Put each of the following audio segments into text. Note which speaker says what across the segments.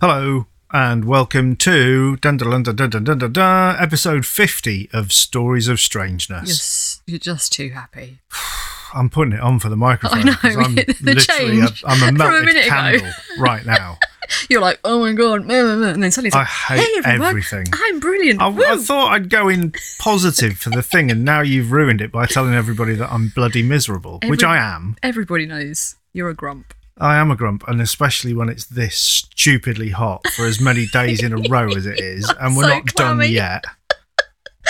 Speaker 1: Hello and welcome to dun dun dun dun dun dun dun dun dun, episode 50 of Stories of Strangeness.
Speaker 2: You're, s- you're just too happy.
Speaker 1: I'm putting it on for the microphone
Speaker 2: I know,
Speaker 1: 'cause I'm
Speaker 2: the
Speaker 1: literally a,
Speaker 2: change
Speaker 1: I'm a
Speaker 2: from a
Speaker 1: melted
Speaker 2: minute ago.
Speaker 1: candle right now.
Speaker 2: You're like, oh my god, meh, meh, meh," and then suddenly it's
Speaker 1: I
Speaker 2: like,
Speaker 1: hate
Speaker 2: hey everyone,
Speaker 1: everything.
Speaker 2: I'm brilliant.
Speaker 1: I,
Speaker 2: Woo.
Speaker 1: I thought I'd go in positive for the thing, and now you've ruined it by telling everybody that I'm bloody miserable, which I
Speaker 2: Every-
Speaker 1: am.
Speaker 2: Everybody knows you're a grump.
Speaker 1: I am a grump, and especially when it's this stupidly hot for as many days in a row as it is, and we're
Speaker 2: so
Speaker 1: not
Speaker 2: clammy.
Speaker 1: done yet.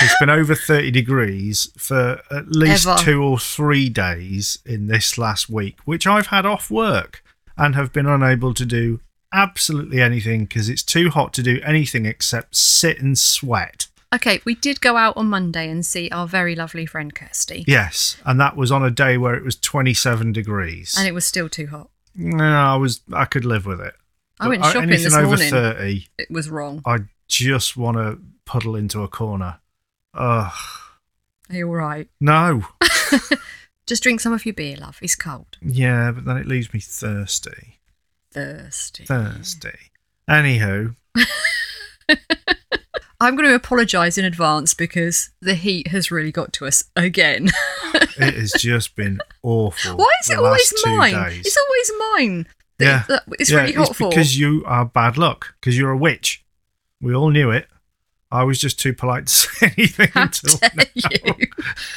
Speaker 1: It's been over 30 degrees for at least
Speaker 2: Ever.
Speaker 1: two or three days in this last week, which I've had off work and have been unable to do absolutely anything because it's too hot to do anything except sit and sweat.
Speaker 2: Okay, we did go out on Monday and see our very lovely friend Kirsty,
Speaker 1: Yes, and that was on a day where it was 27 degrees.
Speaker 2: and it was still too hot.
Speaker 1: no, I was I could live with it.
Speaker 2: I went
Speaker 1: But, uh,
Speaker 2: shopping
Speaker 1: anything
Speaker 2: this
Speaker 1: over
Speaker 2: morning.
Speaker 1: 30
Speaker 2: It was wrong.
Speaker 1: I just want to puddle into a corner. Ugh,
Speaker 2: Are you all right?
Speaker 1: no.
Speaker 2: Just drink some of your beer, love. It's cold.
Speaker 1: Yeah, but then it leaves me thirsty.
Speaker 2: Thirsty.
Speaker 1: Thirsty. Anywho,
Speaker 2: I'm going to apologise in advance because the heat has really got to us again.
Speaker 1: it has just been awful.
Speaker 2: Why is
Speaker 1: the
Speaker 2: it always
Speaker 1: last two
Speaker 2: mine?
Speaker 1: days.
Speaker 2: It's always mine. that it- that it's really hot
Speaker 1: it's
Speaker 2: for.
Speaker 1: because you are bad luck. Because you're a witch. We all knew it. I was just too polite to say anything.
Speaker 2: How
Speaker 1: until
Speaker 2: dare
Speaker 1: now.
Speaker 2: you?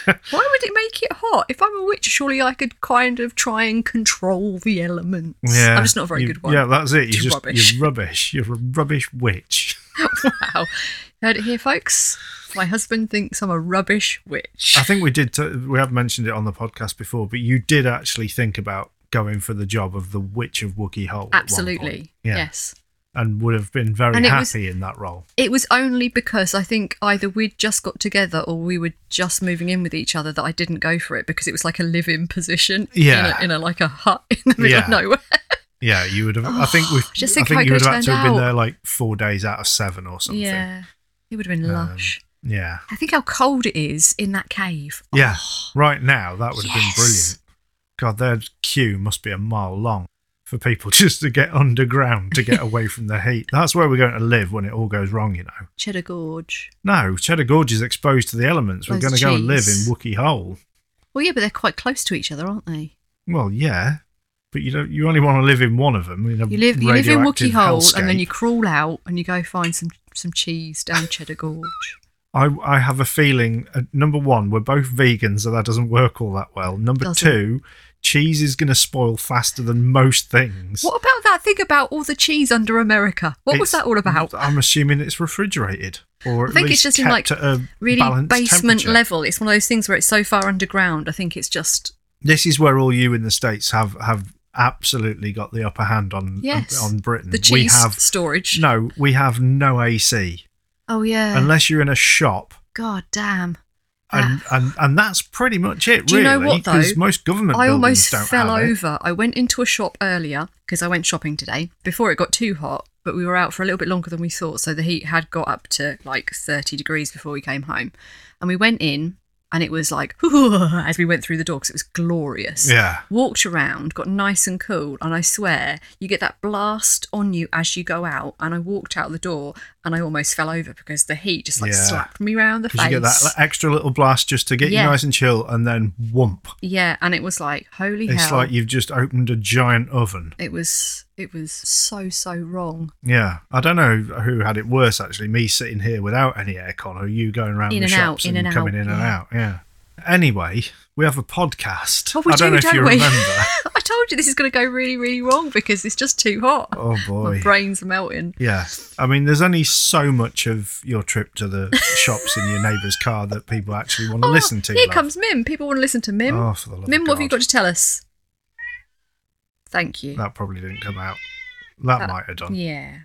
Speaker 2: Why would it make it hot? If I'm a witch, surely I could kind of try and control the elements.
Speaker 1: Yeah,
Speaker 2: I'm just not a very
Speaker 1: you-
Speaker 2: good one.
Speaker 1: Yeah, that's it. You're
Speaker 2: Too
Speaker 1: just
Speaker 2: rubbish.
Speaker 1: you're rubbish. You're a rubbish witch.
Speaker 2: Wow. Heard it here, folks. My husband thinks I'm a rubbish witch.
Speaker 1: I think we did. T- we have mentioned it on the podcast before, but you did actually think about going for the job of the Witch of Wookiee Hole. at one point.
Speaker 2: Absolutely.
Speaker 1: Yeah.
Speaker 2: Yes.
Speaker 1: and would have been very
Speaker 2: And it was-
Speaker 1: happy in that role.
Speaker 2: It was only because I think either we'd just got together or we were just moving in with each other that I didn't go for it because it was like a live-in position.
Speaker 1: Yeah.
Speaker 2: In a, in a like a hut in the middle
Speaker 1: Yeah.
Speaker 2: of nowhere.
Speaker 1: Yeah, you would have. I think we.
Speaker 2: Oh,
Speaker 1: I
Speaker 2: just think
Speaker 1: think
Speaker 2: how
Speaker 1: you would
Speaker 2: good
Speaker 1: have had
Speaker 2: it
Speaker 1: to have
Speaker 2: turned
Speaker 1: been
Speaker 2: out.
Speaker 1: there like four days out of seven or something.
Speaker 2: Yeah. It would have been
Speaker 1: Um,
Speaker 2: lush.
Speaker 1: Yeah.
Speaker 2: I think how cold it is in that cave.
Speaker 1: Yeah. Right now, that would have
Speaker 2: Oh. Yes.
Speaker 1: been brilliant. God, their queue must be a mile long for people just to get underground to get away from the heat. That's where we're going to live when it all goes wrong, you know.
Speaker 2: Cheddar Gorge.
Speaker 1: No, Cheddar Gorge is exposed to the elements. We're
Speaker 2: Loads of
Speaker 1: going to go and live in
Speaker 2: cheese.
Speaker 1: Wookiee Hole.
Speaker 2: Well, yeah, but they're quite close to each other, aren't they?
Speaker 1: Well, yeah, but you don't. You only want to live in one of them. In a
Speaker 2: You live you live in Wookie
Speaker 1: radioactive
Speaker 2: Hole, and then
Speaker 1: hellscape.
Speaker 2: you crawl out and you go find some some cheese down Cheddar Gorge.
Speaker 1: I, I have a feeling. Uh, number one, we're both vegan, so that doesn't work all that well. Number
Speaker 2: Doesn't.
Speaker 1: two, cheese is going to spoil faster than most things.
Speaker 2: What about that thing about all the cheese under America? What was
Speaker 1: It's-
Speaker 2: that all about?
Speaker 1: I'm assuming it's refrigerated, or
Speaker 2: I
Speaker 1: at
Speaker 2: think
Speaker 1: least
Speaker 2: it's just in,
Speaker 1: kept
Speaker 2: like,
Speaker 1: at a
Speaker 2: Really
Speaker 1: balanced
Speaker 2: basement
Speaker 1: temperature.
Speaker 2: level. It's one of those things where it's so far underground. I think it's just
Speaker 1: This is where all you in the states have have absolutely got the upper hand on
Speaker 2: Yes.
Speaker 1: on Britain.
Speaker 2: the
Speaker 1: we
Speaker 2: cheese
Speaker 1: have
Speaker 2: storage.
Speaker 1: No, we have no AC
Speaker 2: Oh yeah.
Speaker 1: unless you're in a shop,
Speaker 2: God damn.
Speaker 1: and and, and that's pretty much it.
Speaker 2: Ah. Do you know
Speaker 1: really,
Speaker 2: what, though?
Speaker 1: Because most government
Speaker 2: I
Speaker 1: buildings
Speaker 2: almost
Speaker 1: don't
Speaker 2: fell
Speaker 1: have it.
Speaker 2: over. I went into a shop earlier because I went shopping today before it got too hot, but we were out for a little bit longer than we thought, so the heat had got up to like 30 degrees before we came home. And we went in and it was like as we went through the door because it was glorious.
Speaker 1: Yeah,
Speaker 2: Walked around, got nice and cool, and I swear you get that blast on you as you go out. And I walked out the door and I almost fell over because the heat just like
Speaker 1: Yeah.
Speaker 2: slapped me round the
Speaker 1: because
Speaker 2: face.
Speaker 1: you get that li- extra little blast just to get
Speaker 2: Yeah.
Speaker 1: you nice and chill, and then whoomp!
Speaker 2: yeah, and it was like holy
Speaker 1: It's
Speaker 2: hell.
Speaker 1: like you've just opened a giant oven.
Speaker 2: It was it was so so wrong
Speaker 1: Yeah, I don't know who had it worse actually. Me sitting here without any aircon, or you going around
Speaker 2: In
Speaker 1: the
Speaker 2: and
Speaker 1: shops
Speaker 2: out, in
Speaker 1: and
Speaker 2: and
Speaker 1: coming
Speaker 2: out,
Speaker 1: in and
Speaker 2: yeah.
Speaker 1: out. Yeah. Anyway, we have a podcast.
Speaker 2: Oh, we
Speaker 1: I don't
Speaker 2: do,
Speaker 1: know if
Speaker 2: don't
Speaker 1: you
Speaker 2: we?
Speaker 1: remember.
Speaker 2: i told you this is going to go really really wrong because it's just too hot
Speaker 1: oh boy.
Speaker 2: my brain's melting
Speaker 1: Yeah. I mean, there's only so much of your trip to the shops in your neighbour's car that people actually want to
Speaker 2: Oh,
Speaker 1: listen to.
Speaker 2: here
Speaker 1: love.
Speaker 2: comes mim people want to listen to mim
Speaker 1: Oh, for the love
Speaker 2: mim
Speaker 1: of
Speaker 2: what have you
Speaker 1: God.
Speaker 2: got to tell us thank you
Speaker 1: That probably didn't come out. That,
Speaker 2: That-
Speaker 1: might have done.
Speaker 2: yeah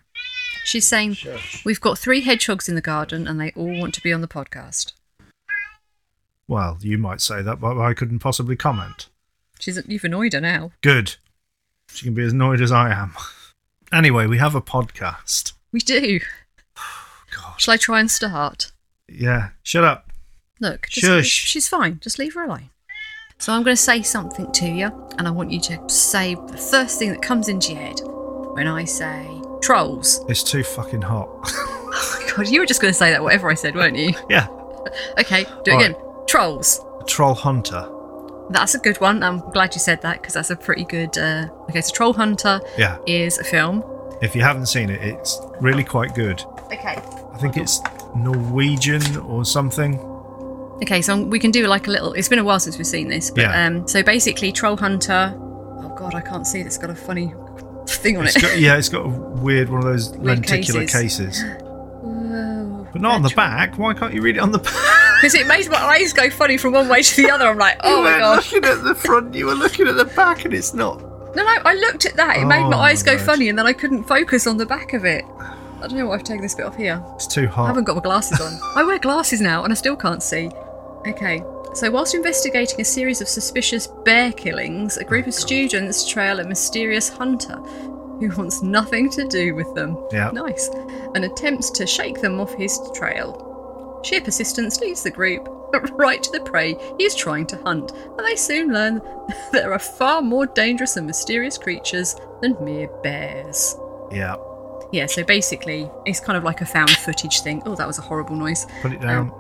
Speaker 2: she's saying we've got three hedgehogs in the garden and they all want to be on the podcast
Speaker 1: Well, you might say that, but I couldn't possibly comment.
Speaker 2: she's you've annoyed her now
Speaker 1: Good. She can be as annoyed as I am. Anyway, we have a podcast. Oh,
Speaker 2: we do
Speaker 1: God.
Speaker 2: shall i try and start
Speaker 1: Yeah. Shut up.
Speaker 2: Look, just,
Speaker 1: Shush.
Speaker 2: she's fine. Just leave her alone. So I'm going to say something to you, and I want you to say the first thing that comes into your head. When I say Trolls.
Speaker 1: It's too fucking hot.
Speaker 2: Oh my god, you were just going to say that whatever I said, weren't you?
Speaker 1: yeah.
Speaker 2: Okay, do it
Speaker 1: All
Speaker 2: again. Trolls.
Speaker 1: A troll hunter.
Speaker 2: That's a good one. I'm glad you said that because that's a pretty good. Uh... Okay, so Troll Hunter
Speaker 1: Yeah.
Speaker 2: is a film.
Speaker 1: If you haven't seen it, it's really quite good.
Speaker 2: Okay.
Speaker 1: I think it's Norwegian or something.
Speaker 2: Okay, so we can do like a little. It's been a while since we've seen this, but
Speaker 1: Yeah.
Speaker 2: um, so basically, Troll Hunter. Oh god, I can't see. it. It's got a funny thing on
Speaker 1: It's
Speaker 2: it.
Speaker 1: got, yeah, it's got a weird one of those
Speaker 2: Weird
Speaker 1: lenticular
Speaker 2: cases.
Speaker 1: cases.
Speaker 2: Whoa.
Speaker 1: But not on the back. Why can't you read it on the back?
Speaker 2: Because it made my eyes go funny from one way to the other. I'm like, oh my god.
Speaker 1: looking at the front, you were looking at the back, and it's not.
Speaker 2: No, no, I looked at that. It made
Speaker 1: Oh,
Speaker 2: my eyes
Speaker 1: my
Speaker 2: go
Speaker 1: word.
Speaker 2: funny, and then I couldn't focus on the back of it. I don't know why I've taken this bit off here.
Speaker 1: It's too
Speaker 2: I
Speaker 1: hot.
Speaker 2: haven't got my glasses on. I wear glasses now and I still can't see. Okay. So, whilst investigating a series of suspicious bear killings, a group of students trail a mysterious hunter who wants nothing to do with them.
Speaker 1: Yeah.
Speaker 2: Nice. And attempts to shake them off his trail. Sheer persistence leads the group right to the prey he is trying to hunt, and they soon learn that there are far more dangerous and mysterious creatures than mere bears.
Speaker 1: Yeah.
Speaker 2: Yeah, so basically, it's kind of like a found footage thing. Oh, that was a horrible noise.
Speaker 1: Put it down.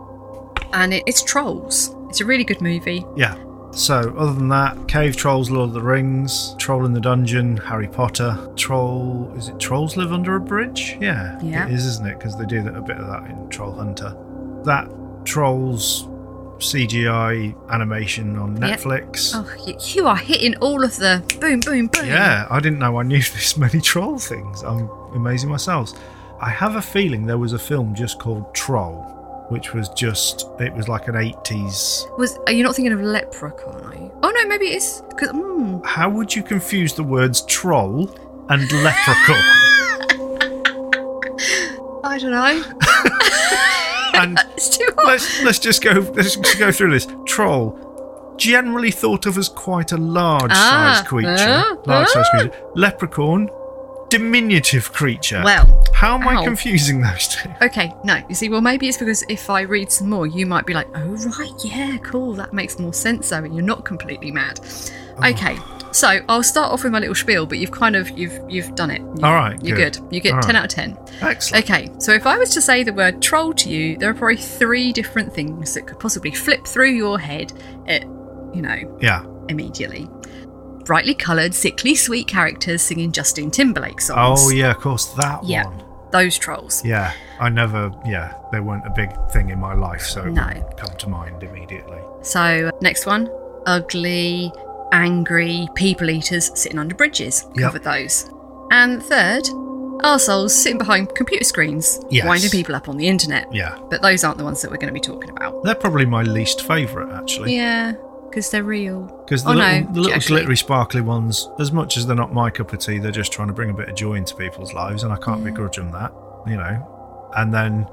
Speaker 2: And it, it's Trolls. It's a really good movie.
Speaker 1: Yeah. So, other than that, Cave Trolls, Lord of the Rings, Troll in the Dungeon, Harry Potter, Troll. Is it Trolls Live Under a Bridge? Yeah.
Speaker 2: Yeah.
Speaker 1: It is, isn't it? Because they do that, a bit of that in Troll Hunter. That Trolls CGI animation on
Speaker 2: Yep.
Speaker 1: Netflix.
Speaker 2: Oh, you, you are hitting all of the boom, boom, boom.
Speaker 1: Yeah, I didn't know I knew this many troll things. I'm amazing myself. I have a feeling there was a film just called Troll, which was just it was like an 80s.
Speaker 2: Was are you not thinking of Leprechaun? Are you? Oh no, maybe it's because mm,
Speaker 1: How would you confuse the words troll and leprechaun?
Speaker 2: I don't know.
Speaker 1: and
Speaker 2: It's too hot.
Speaker 1: let's let's just go let's just go through this. Troll generally thought of as quite a large
Speaker 2: Ah,
Speaker 1: size creature.
Speaker 2: ah,
Speaker 1: large size
Speaker 2: ah.
Speaker 1: creature. Leprechaun diminutive creature.
Speaker 2: Well,
Speaker 1: how am I
Speaker 2: ow.
Speaker 1: confusing those two?
Speaker 2: Okay, no. You see, well, maybe it's because if I read some more, you might be like, oh, right, yeah, cool, that makes more sense, though, and you're not completely mad.
Speaker 1: Oh
Speaker 2: Okay, so I'll start off with my little spiel, but you've kind of, you've you've done it. You-
Speaker 1: All right,
Speaker 2: You're
Speaker 1: good.
Speaker 2: good. You get
Speaker 1: All
Speaker 2: 10
Speaker 1: right.
Speaker 2: out of 10.
Speaker 1: Excellent.
Speaker 2: Okay, so if I was to say the word troll to you, there are probably three different things that could possibly flip through your head, at, you know,
Speaker 1: Yeah.
Speaker 2: immediately. Brightly coloured, sickly sweet characters singing Justin Timberlake songs.
Speaker 1: Oh yeah, of course that
Speaker 2: Yeah.
Speaker 1: one.
Speaker 2: Those trolls.
Speaker 1: Yeah, I never. Yeah, they weren't a big thing in my life, so it
Speaker 2: No.
Speaker 1: wouldn't come to mind immediately.
Speaker 2: So, next one ugly, angry, people eaters sitting under bridges.
Speaker 1: Yep.
Speaker 2: Covered those. And third, arseholes sitting behind computer screens,
Speaker 1: Yes.
Speaker 2: winding people up on the internet.
Speaker 1: Yeah,
Speaker 2: But those aren't the ones that we're going to be talking about.
Speaker 1: they're probably my least favourite actually,
Speaker 2: Yeah, because they're real.
Speaker 1: because
Speaker 2: Oh,
Speaker 1: the
Speaker 2: no,
Speaker 1: little, the little
Speaker 2: actually-
Speaker 1: glittery, sparkly ones, as much as they're not my cup of tea, they're just trying to bring a bit of joy into people's lives, and I can't
Speaker 2: Mm.
Speaker 1: begrudge them that, you know. And then,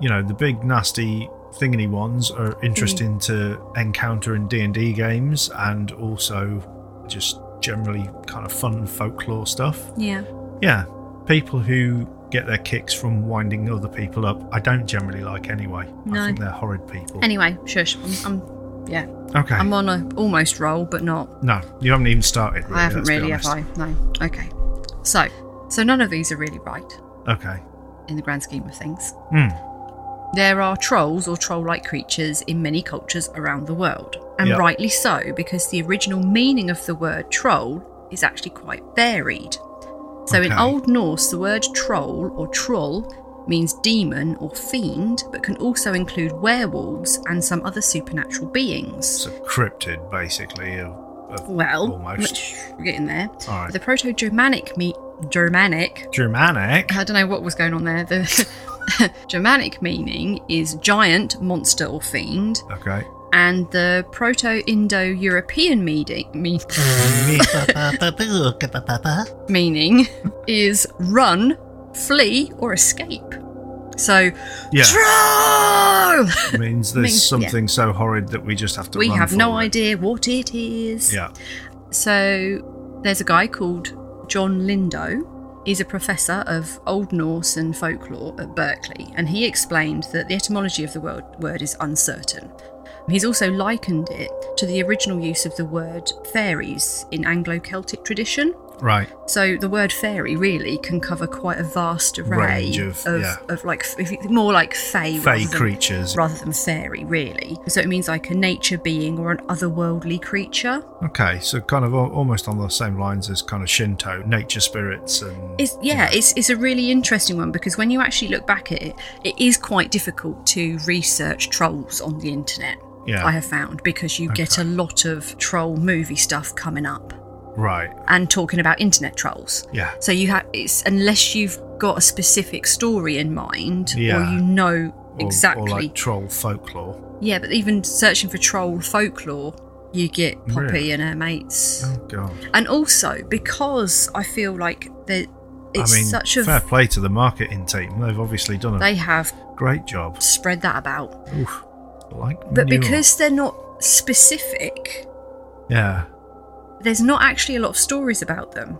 Speaker 1: you know, the big nasty thingany ones are
Speaker 2: Mm.
Speaker 1: interesting to encounter in D and D games, and also just generally kind of fun folklore stuff.
Speaker 2: Yeah.
Speaker 1: Yeah, people who get their kicks from winding other people up, I don't generally like anyway.
Speaker 2: No.
Speaker 1: I think they're horrid people.
Speaker 2: Anyway, shush. I'm, I'm yeah,
Speaker 1: okay.
Speaker 2: I'm on a almost roll, but not.
Speaker 1: no, you haven't even started. Really,
Speaker 2: I haven't
Speaker 1: let's be
Speaker 2: really, have I?
Speaker 1: honest.
Speaker 2: No. Okay. So, so none of these are really right
Speaker 1: Okay.
Speaker 2: in the grand scheme of things.
Speaker 1: Mm.
Speaker 2: There are trolls or troll like creatures in many cultures around the world, and
Speaker 1: Yeah.
Speaker 2: rightly so, because the original meaning of the word troll is actually quite varied. So, in
Speaker 1: Okay.
Speaker 2: Old Norse, the word troll or troll means demon or fiend, but can also include werewolves and some other supernatural
Speaker 1: It's
Speaker 2: beings.
Speaker 1: a cryptid, basically. Of, of
Speaker 2: Well,
Speaker 1: almost.
Speaker 2: we're getting there.
Speaker 1: All right.
Speaker 2: The Proto Germanic me- Germanic
Speaker 1: Germanic.
Speaker 2: I don't know what was going on there. The Germanic meaning is giant, monster, or fiend,
Speaker 1: Okay.
Speaker 2: and the Proto Indo European meaning, me- meaning is run, flee, or escape. So,
Speaker 1: yeah,
Speaker 2: troll!
Speaker 1: means there's
Speaker 2: means-
Speaker 1: something so horrid that we just have to.
Speaker 2: we
Speaker 1: run
Speaker 2: have no
Speaker 1: for it.
Speaker 2: idea what it is.
Speaker 1: Yeah.
Speaker 2: So, there's a guy called John Lindo. He's a professor of Old Norse and folklore at Berkeley, and he explained that the etymology of the word, word is uncertain. He's also likened it to the original use of the word fairies in Anglo Celtic tradition,
Speaker 1: Right.
Speaker 2: So the word fairy really can cover quite a vast array
Speaker 1: Range of- yeah.
Speaker 2: of like if you- more like fae, rather
Speaker 1: Fey
Speaker 2: than-
Speaker 1: creatures.
Speaker 2: rather than fairy, really. So it means like a nature being or an otherworldly creature.
Speaker 1: Okay, so kind of al- almost on the same lines as kind of Shinto, nature spirits, and
Speaker 2: It's, yeah, it's, it's a really interesting one because when you actually look back at it, it is quite difficult to research trolls on the internet.
Speaker 1: Yeah.
Speaker 2: I have found because you get a lot of troll movie stuff coming up
Speaker 1: right,
Speaker 2: and talking about internet trolls.
Speaker 1: yeah,
Speaker 2: So you have it's unless you've got a specific story in mind
Speaker 1: Yeah.
Speaker 2: or you know
Speaker 1: Or-
Speaker 2: exactly.
Speaker 1: or like troll folklore.
Speaker 2: yeah, but even searching for troll folklore, you get Poppy
Speaker 1: Really?
Speaker 2: and her mates.
Speaker 1: Oh god!
Speaker 2: And also because I feel like that it's
Speaker 1: I mean,
Speaker 2: such a
Speaker 1: fair play to the marketing team. They've obviously done a
Speaker 2: they have
Speaker 1: great job.
Speaker 2: spread that about.
Speaker 1: Oof, like
Speaker 2: But
Speaker 1: manure.
Speaker 2: because they're not specific,
Speaker 1: yeah,
Speaker 2: there's not actually a lot of stories about them.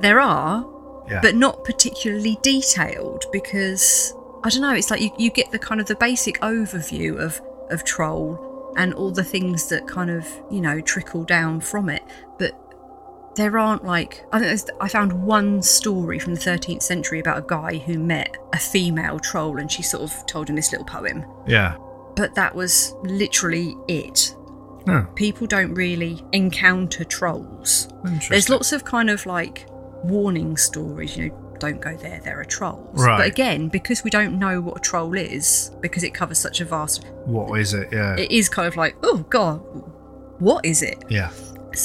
Speaker 2: There are,
Speaker 1: yeah,
Speaker 2: but not particularly detailed because I don't know. It's like you, you get the kind of the basic overview of of troll and all the things that kind of you know trickle down from it, but there aren't like I, think there's- I found one story from the 13th century about a guy who met a female troll and she sort of told him this little poem,
Speaker 1: yeah,
Speaker 2: but that was literally it.
Speaker 1: no,
Speaker 2: People don't really encounter trolls.
Speaker 1: interesting.
Speaker 2: There's lots of kind of like warning stories, you know, don't go there, there are trolls.
Speaker 1: Right.
Speaker 2: But again, because we don't know what a troll is, because it covers such a vast,
Speaker 1: what is it? Yeah,
Speaker 2: it is kind of like, oh God, what is it?
Speaker 1: yeah,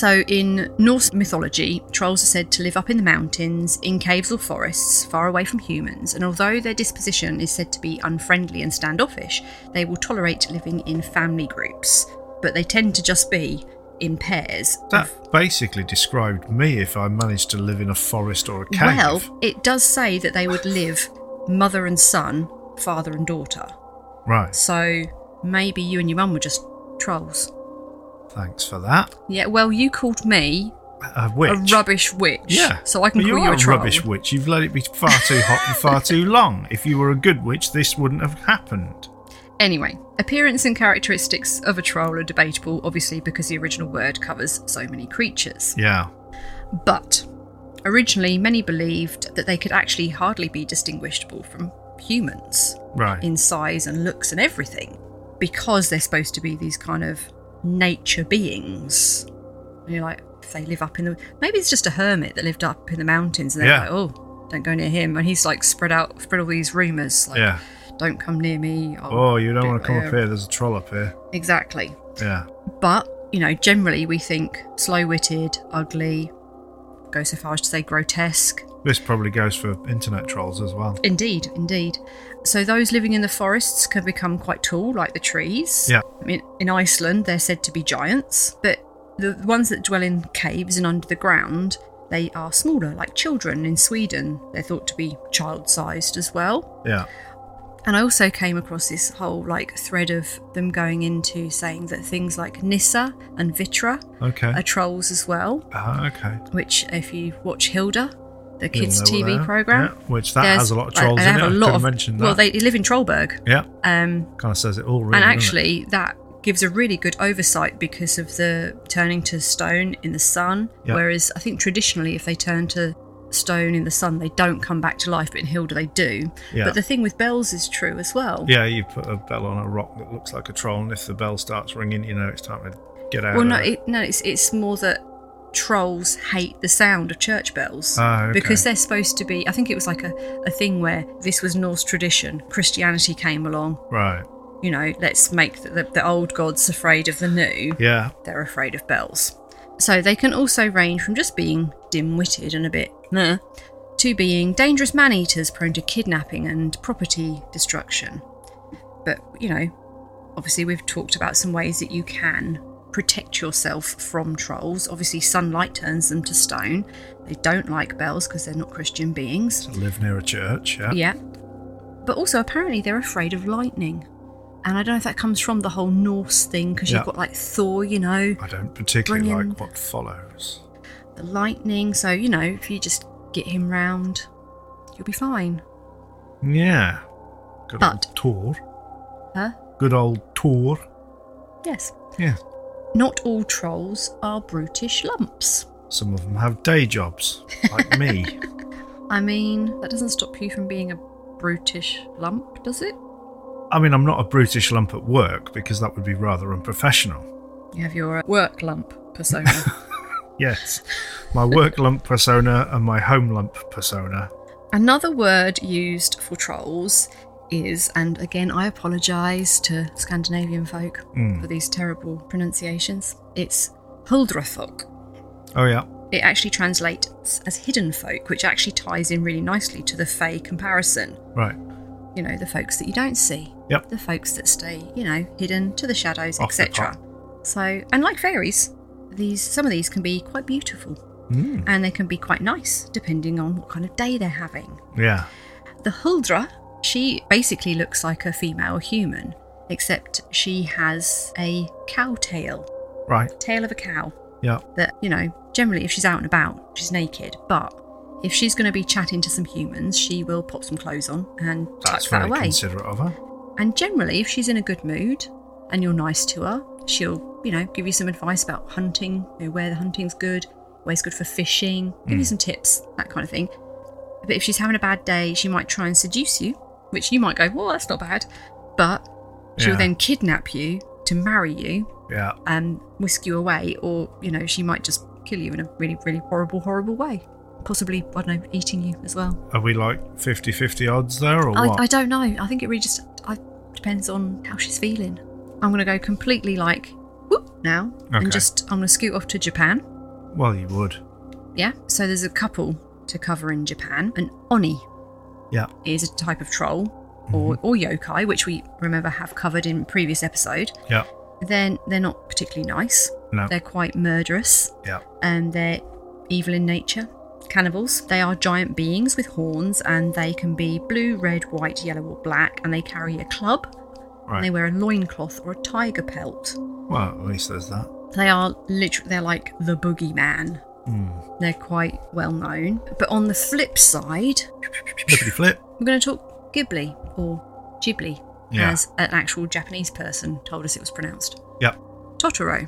Speaker 2: So in Norse mythology, trolls are said to live up in the mountains, in caves or forests, far away from humans, and although their disposition is said to be unfriendly and standoffish, they will tolerate living in family groups. But they tend to just be in pairs
Speaker 1: that basically described me if I managed to live in a forest or a cave.
Speaker 2: Well, it does say that they would live mother and son, father and daughter.
Speaker 1: right.
Speaker 2: So maybe you and your mum were just trolls.
Speaker 1: Thanks for that.
Speaker 2: Yeah, well, you called me
Speaker 1: A witch.
Speaker 2: a rubbish witch.
Speaker 1: Yeah.
Speaker 2: So I can
Speaker 1: But
Speaker 2: call
Speaker 1: you
Speaker 2: you
Speaker 1: are
Speaker 2: a troll.
Speaker 1: rubbish witch. You've let it be far too hot and far too long. If you were a good witch, this wouldn't have happened.
Speaker 2: Anyway, appearance and characteristics of a troll are debatable, obviously, because the original word covers so many creatures.
Speaker 1: Yeah.
Speaker 2: But originally, many believed that they could actually hardly be distinguishable from humans.
Speaker 1: Right.
Speaker 2: in size and looks and everything because they're supposed to be these kind of nature beings. And you're like, if they live up in the. Maybe it's just a hermit that lived up in the mountains and they're
Speaker 1: Yeah.
Speaker 2: like, oh, don't go near him. And he's like spread out, spread all these rumours like,
Speaker 1: yeah.
Speaker 2: don't come near me. I'll
Speaker 1: Oh, you don't
Speaker 2: do
Speaker 1: want to come
Speaker 2: whatever."
Speaker 1: up here. There's a troll up here.
Speaker 2: Exactly.
Speaker 1: Yeah.
Speaker 2: But, you know, generally we think slow witted, ugly, go so far as to say grotesque.
Speaker 1: This probably goes for internet trolls as well.
Speaker 2: Indeed, indeed. So those living in the forests can become quite tall, like the trees.
Speaker 1: Yeah.
Speaker 2: I mean, in Iceland, they're said to be giants, but the ones that dwell in caves and under the ground, they are smaller, like children. In Sweden, they're thought to be child-sized as well.
Speaker 1: Yeah.
Speaker 2: And I also came across this whole like thread of them going into saying that things like Nissa and Vitra
Speaker 1: Okay.
Speaker 2: are trolls as well.
Speaker 1: Ah, okay.
Speaker 2: Which, if you watch Hilda, the
Speaker 1: You'll
Speaker 2: kids'
Speaker 1: know what they
Speaker 2: TV
Speaker 1: are.
Speaker 2: program,
Speaker 1: Yeah, which that
Speaker 2: there's-
Speaker 1: has a lot of
Speaker 2: I-
Speaker 1: trolls
Speaker 2: I
Speaker 1: in
Speaker 2: have
Speaker 1: it.
Speaker 2: a
Speaker 1: I
Speaker 2: lot
Speaker 1: could
Speaker 2: of-
Speaker 1: mention that.
Speaker 2: Well, they live in Trollberg,
Speaker 1: yeah.
Speaker 2: um,
Speaker 1: Kind of says it all, really.
Speaker 2: and
Speaker 1: doesn't it?
Speaker 2: actually, that gives a really good oversight because of the turning to stone in the sun.
Speaker 1: Yeah.
Speaker 2: Whereas I think traditionally, if they turn to stone in the sun, they don't come back to life. But in Hilda, they do.
Speaker 1: Yeah.
Speaker 2: But the thing with bells is true as well.
Speaker 1: Yeah, you put a bell on a rock that looks like a troll, and if the bell starts ringing, you know it's time to get out.
Speaker 2: Well,
Speaker 1: of
Speaker 2: no,
Speaker 1: it.
Speaker 2: it, no, it's it's more that trolls hate the sound of church bells
Speaker 1: Ah, okay.
Speaker 2: because they're supposed to be. I think it was like a, a thing where this was Norse tradition. Christianity came along.
Speaker 1: Right.
Speaker 2: You know, let's make the, the, the old gods afraid of the new.
Speaker 1: Yeah.
Speaker 2: they're afraid of bells. So they can also range from just being dim witted and a bit meh to being dangerous man eaters prone to kidnapping and property destruction. But, you know, obviously we've talked about some ways that you can protect yourself from trolls. Obviously, sunlight turns them to stone. They don't like bells because they're not Christian beings.
Speaker 1: So live near a church. Yeah.
Speaker 2: Yeah. But also, apparently, they're afraid of lightning. And I don't know if that comes from the whole Norse thing because
Speaker 1: Yeah.
Speaker 2: you've got like Thor, you know,
Speaker 1: I don't particularly
Speaker 2: Bring in-
Speaker 1: like what follows.
Speaker 2: the lightning. So, you know, if you just get him round, you'll be fine.
Speaker 1: Yeah. Good
Speaker 2: But-
Speaker 1: old Tor.
Speaker 2: Huh?
Speaker 1: Good old Tor.
Speaker 2: Yes.
Speaker 1: Yeah.
Speaker 2: Not all trolls are brutish lumps.
Speaker 1: Some of them have day jobs, like me.
Speaker 2: I mean, that doesn't stop you from being a brutish lump, does it?
Speaker 1: I mean, I'm not a brutish lump at work because that would be rather unprofessional.
Speaker 2: You have your uh, work lump persona.
Speaker 1: Yes, my work lump persona and my home lump persona.
Speaker 2: Another word used for trolls is, and again, I apologise to Scandinavian folk
Speaker 1: Mm.
Speaker 2: for these terrible pronunciations. It's huldrefolk.
Speaker 1: Oh, yeah.
Speaker 2: It actually translates as hidden folk, which actually ties in really nicely to the Fey comparison.
Speaker 1: Right.
Speaker 2: You know, the folks that you don't see,
Speaker 1: Yep.
Speaker 2: the folks that stay, you know, hidden to the shadows,
Speaker 1: Off the
Speaker 2: etc. So, and like fairies, these some of these can be quite beautiful,
Speaker 1: Mm.
Speaker 2: and they can be quite nice depending on what kind of day they're having.
Speaker 1: Yeah.
Speaker 2: The Huldra, she basically looks like a female human, except she has a cow tail,
Speaker 1: Right.
Speaker 2: tail of a cow.
Speaker 1: Yeah.
Speaker 2: That, you know, generally if she's out and about, she's naked. But if she's going to be chatting to some humans, she will pop some clothes on and
Speaker 1: That's
Speaker 2: tuck that
Speaker 1: very
Speaker 2: away.
Speaker 1: considerate of her.
Speaker 2: and generally, if she's in a good mood and you're nice to her, she'll, you know, give you some advice about hunting, you know, where the hunting's good, where's good for fishing, give you some tips, that kind of thing. But if she's having a bad day, she might try and seduce you, which you might go, well, that's not bad. But she'll
Speaker 1: Yeah.
Speaker 2: then kidnap you to marry you
Speaker 1: Yeah.
Speaker 2: and whisk you away, or, you know, she might just kill you in a really, really horrible, horrible way. Possibly, I don't know, eating you as well.
Speaker 1: Are we like 50 50 odds there or
Speaker 2: I,
Speaker 1: what?
Speaker 2: I don't know. I think it really just I, depends on how she's feeling. I'm going to go completely like whoop now
Speaker 1: Okay.
Speaker 2: and just I'm going to scoot off to Japan.
Speaker 1: Well, you would.
Speaker 2: Yeah. So there's a couple to cover in Japan. An oni
Speaker 1: Yeah.
Speaker 2: is a type of troll or,
Speaker 1: Mm-hmm.
Speaker 2: or yokai, which we remember have covered in previous episode.
Speaker 1: Yeah.
Speaker 2: Then they're not particularly nice.
Speaker 1: No.
Speaker 2: They're quite murderous
Speaker 1: Yeah.
Speaker 2: and they're evil in nature. Cannibals. They are giant beings with horns and they can be blue, red, white, yellow, or black, and they carry a club.
Speaker 1: Right.
Speaker 2: And they wear a loincloth or a tiger pelt.
Speaker 1: Well, at least there's that.
Speaker 2: They are literally, they're like the boogeyman.
Speaker 1: Mm.
Speaker 2: They're quite well known. But on the flip side,
Speaker 1: Flippity flip.
Speaker 2: we're going to talk Ghibli or Ghibli,
Speaker 1: Yeah.
Speaker 2: as an actual Japanese person told us it was pronounced.
Speaker 1: Yep.
Speaker 2: Totoro.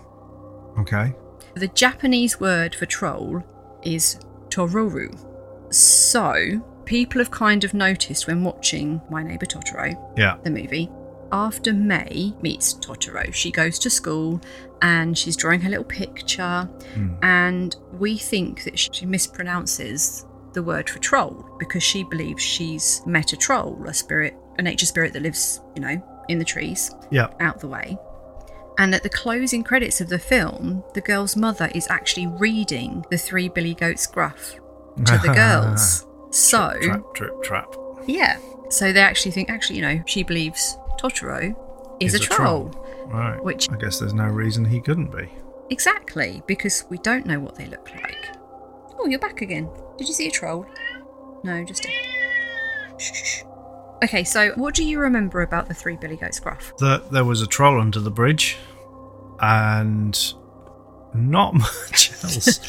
Speaker 1: Okay.
Speaker 2: The Japanese word for troll is tororu. So, people have kind of noticed when watching My Neighbor Totoro,
Speaker 1: Yeah.
Speaker 2: the movie, after May meets Totoro, she goes to school and she's drawing her little picture,
Speaker 1: Mm.
Speaker 2: and we think that she mispronounces the word for troll because she believes she's met a troll, a spirit, a nature spirit that lives, you know, in the trees
Speaker 1: Yeah.
Speaker 2: out the way. And at the closing credits of the film, the girl's mother is actually reading the three Billy Goats gruff to the girls. so,
Speaker 1: Trap, trip, trap.
Speaker 2: yeah. So they actually think, actually, you know, she believes Totoro is, a, troll.
Speaker 1: Right.
Speaker 2: which-
Speaker 1: I guess there's no reason he couldn't be.
Speaker 2: Exactly, because we don't know what they look like. Oh, you're back again. Did you see a troll? No, just a. Shh, shh, shh. Okay, so what do you remember about the three Billy Goats gruff?
Speaker 1: That there was a troll under the bridge and not much else.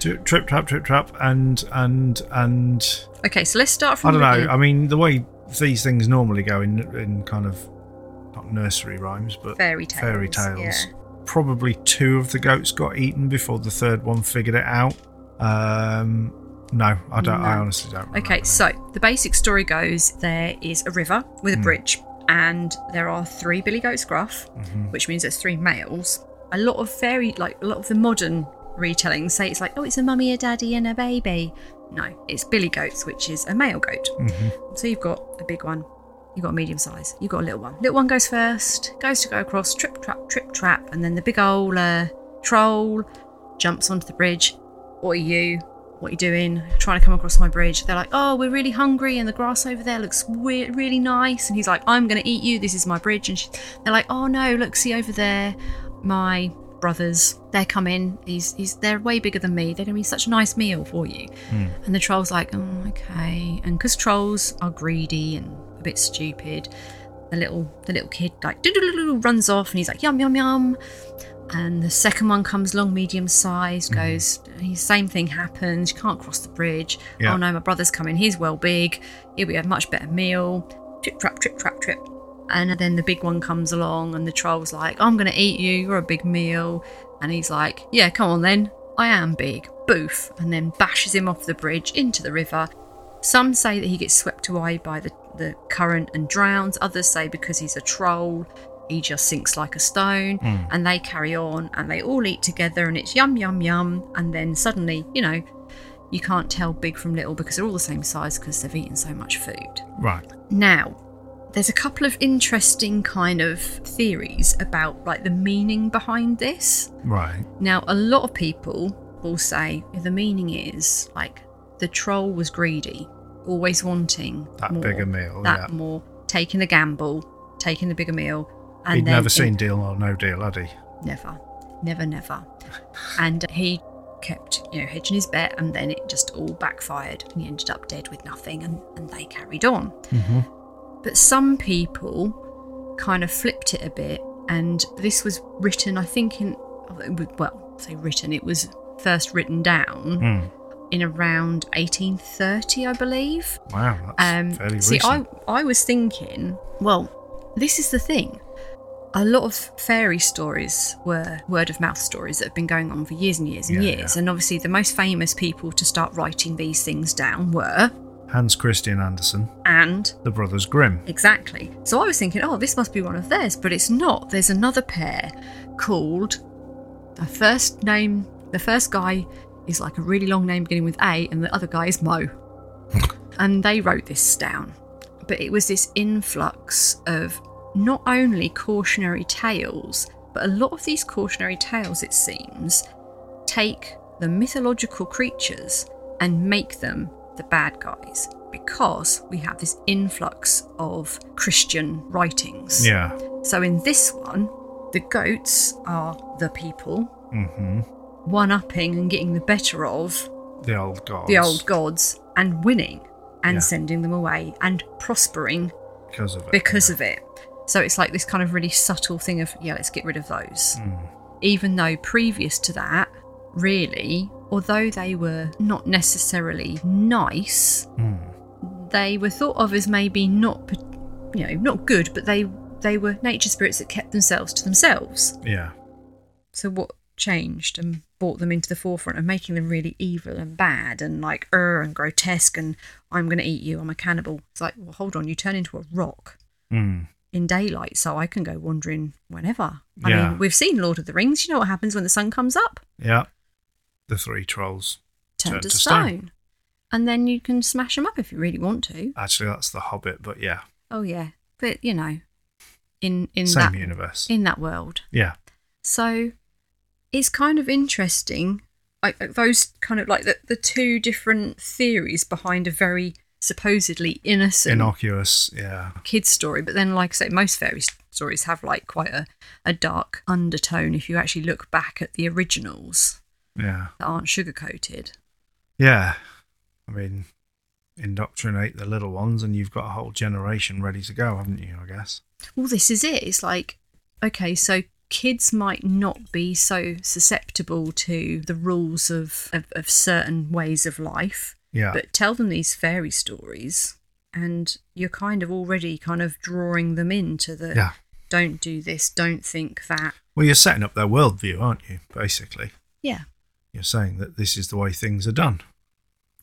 Speaker 1: Tri- trip, trap, trip, trap, and, and, and.
Speaker 2: Okay, so let's start from
Speaker 1: I don't
Speaker 2: the
Speaker 1: know.
Speaker 2: beginning.
Speaker 1: I mean, the way these things normally go in, in kind of not nursery rhymes, but
Speaker 2: Fairy tales,
Speaker 1: Fairy tales.
Speaker 2: yeah.
Speaker 1: Probably two of the goats got eaten before the third one figured it out. Um, no, I don't. I
Speaker 2: No.
Speaker 1: honestly don't. Remember
Speaker 2: Okay,
Speaker 1: that.
Speaker 2: so the basic story goes there is a river with a bridge, and there are three billy goats gruff, which means there's three males. A lot of fairy, like a lot of the modern retellings, say it's like, oh, it's a mummy, a daddy, and a baby. No, it's billy goats, which is a male goat.
Speaker 1: Mm-hmm.
Speaker 2: So you've got a big one, you've got a medium size, you've got a little one. Little one goes first, goes to go across, trip, trap, trip, trap, and then the big ol' uh, troll jumps onto the bridge. What are you? What are you doing? Trying to come across my bridge. They're like, oh, we're really hungry, and the grass over there looks we- really nice. And he's like, I'm going to eat you. This is my bridge. And she- they're like, oh no, look, see over there, my brothers. They're coming. He's, he's they're way bigger than me. They're going to be such a nice meal for you. And the troll's like, oh, okay. And because trolls are greedy and a bit stupid, the little the little kid like doo-doo-doo-doo, runs off, and he's like, yum yum yum. And the second one comes along, medium sized, goes, he- same thing happens. You can't cross the bridge.
Speaker 1: Yeah.
Speaker 2: Oh no, my brother's coming. He's well big. He'll be a much better meal. Trip, trap, trip, trap, trip. And then the big one comes along, and the troll's like, I'm going to eat you. You're a big meal. And he's like, Yeah, come on then. I am big, boof, and then bashes him off the bridge into the river. Some say that he gets swept away by the, the current and drowns, others say because he's a troll, he just sinks like a stone, and they carry on and they all eat together and it's yum, yum, yum, and then suddenly, you know, you can't tell big from little because they're all the same size because they've eaten so much food.
Speaker 1: Right.
Speaker 2: Now, there's a couple of interesting kind of theories about like the meaning behind this.
Speaker 1: Right.
Speaker 2: Now, a lot of people will say the meaning is like the troll was greedy, always wanting
Speaker 1: That
Speaker 2: more,
Speaker 1: bigger meal,
Speaker 2: that
Speaker 1: yeah.
Speaker 2: more, taking the gamble, taking the bigger meal, and
Speaker 1: He'd
Speaker 2: then
Speaker 1: never
Speaker 2: it-
Speaker 1: seen Deal or No Deal, had he?
Speaker 2: never, never, never. and he kept, you know, hedging his bet, and then it just all backfired, and he ended up dead with nothing, and, and they carried on. But some people kind of flipped it a bit, and this was written, I think, in well, say written, it was first written down
Speaker 1: Hmm.
Speaker 2: in around 1830, I believe.
Speaker 1: Wow, that's
Speaker 2: Um,
Speaker 1: fairly
Speaker 2: see,
Speaker 1: recent.
Speaker 2: I, I was thinking, well, this is the thing. A lot of fairy stories were word of mouth stories that have been going on for years and years and
Speaker 1: Yeah,
Speaker 2: years.
Speaker 1: yeah.
Speaker 2: And obviously, the most famous people to start writing these things down were
Speaker 1: Hans Christian Andersen,
Speaker 2: and
Speaker 1: the Brothers Grimm.
Speaker 2: Exactly. So I was thinking, oh, this must be one of theirs, but it's not. There's another pair called the first name. The first guy is like a really long name beginning with A, and the other guy is Mo. and they wrote this down. But it was this influx of not only cautionary tales, but a lot of these cautionary tales, it seems, take the mythological creatures and make them the bad guys because we have this influx of Christian writings.
Speaker 1: Yeah.
Speaker 2: So in this one, the goats are the people,
Speaker 1: hmm
Speaker 2: one upping and getting the better of
Speaker 1: The old gods.
Speaker 2: the old gods and winning and
Speaker 1: Yeah.
Speaker 2: sending them away and prospering
Speaker 1: Because of it.
Speaker 2: because of it. So it's like this kind of really subtle thing of, yeah, let's get rid of
Speaker 1: Mm.
Speaker 2: those. Even though previous to that, really, although they were not necessarily nice,
Speaker 1: mm,
Speaker 2: they were thought of as maybe not, pa- you know, not good, but they they were nature spirits that kept themselves to themselves.
Speaker 1: Yeah.
Speaker 2: So what changed and brought them into the forefront of making them really evil and bad and like er and grotesque and I'm going to eat you, I'm a cannibal. It's like, well, hold on, you turn into a rock
Speaker 1: Mm.
Speaker 2: in daylight, so I can go wandering whenever. I
Speaker 1: Yeah.
Speaker 2: mean, we've seen Lord of the Rings. You know what happens when the sun comes up?
Speaker 1: Yeah. The three trolls.
Speaker 2: Turn
Speaker 1: Turn
Speaker 2: to
Speaker 1: to
Speaker 2: stone.
Speaker 1: stone.
Speaker 2: And then you can smash them up if you really want to.
Speaker 1: Actually, that's the Hobbit, but yeah,
Speaker 2: Oh yeah, but you know, in in
Speaker 1: same
Speaker 2: that
Speaker 1: universe.
Speaker 2: in that world,
Speaker 1: yeah.
Speaker 2: so it's kind of interesting. Like like those kind of like the, the two different theories behind a very supposedly innocent
Speaker 1: Innocuous. Yeah.
Speaker 2: kid's story, but then, like I say, most fairy s- stories have like quite a, a dark undertone if you actually look back at the originals
Speaker 1: Yeah.
Speaker 2: that aren't sugarcoated.
Speaker 1: Yeah. I mean, indoctrinate the little ones, and you've got a whole generation ready to go, haven't you? I guess.
Speaker 2: Well, this is it. It's like, okay, so kids might not be so susceptible to the rules of, of, of certain ways of life,
Speaker 1: Yeah.
Speaker 2: but tell them these fairy stories and you're kind of already kind of drawing them into the
Speaker 1: yeah.
Speaker 2: don't do this, don't think that.
Speaker 1: Well, you're setting up their worldview, aren't you? Basically,
Speaker 2: Yeah.
Speaker 1: you're saying that this is the way things are done,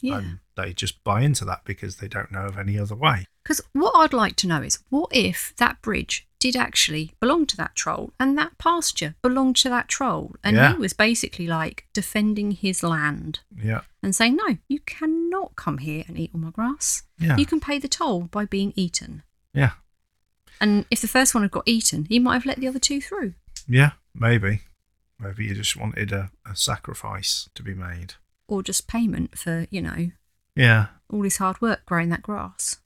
Speaker 2: Yeah.
Speaker 1: and they just buy into that because they don't know of any other way.
Speaker 2: Because what I'd like to know is what if that bridge did actually belong to that troll and that pasture belonged to that troll? And
Speaker 1: Yeah.
Speaker 2: he was basically like defending his land
Speaker 1: Yeah.
Speaker 2: and saying, no, you cannot come here and eat all my grass.
Speaker 1: Yeah.
Speaker 2: You can pay the toll by being eaten.
Speaker 1: Yeah.
Speaker 2: And if the first one had got eaten, he might have let the other two through.
Speaker 1: Yeah. Maybe. Maybe you just wanted a, a sacrifice to be made.
Speaker 2: Or just payment for, you know,
Speaker 1: Yeah.
Speaker 2: all his hard work growing that grass.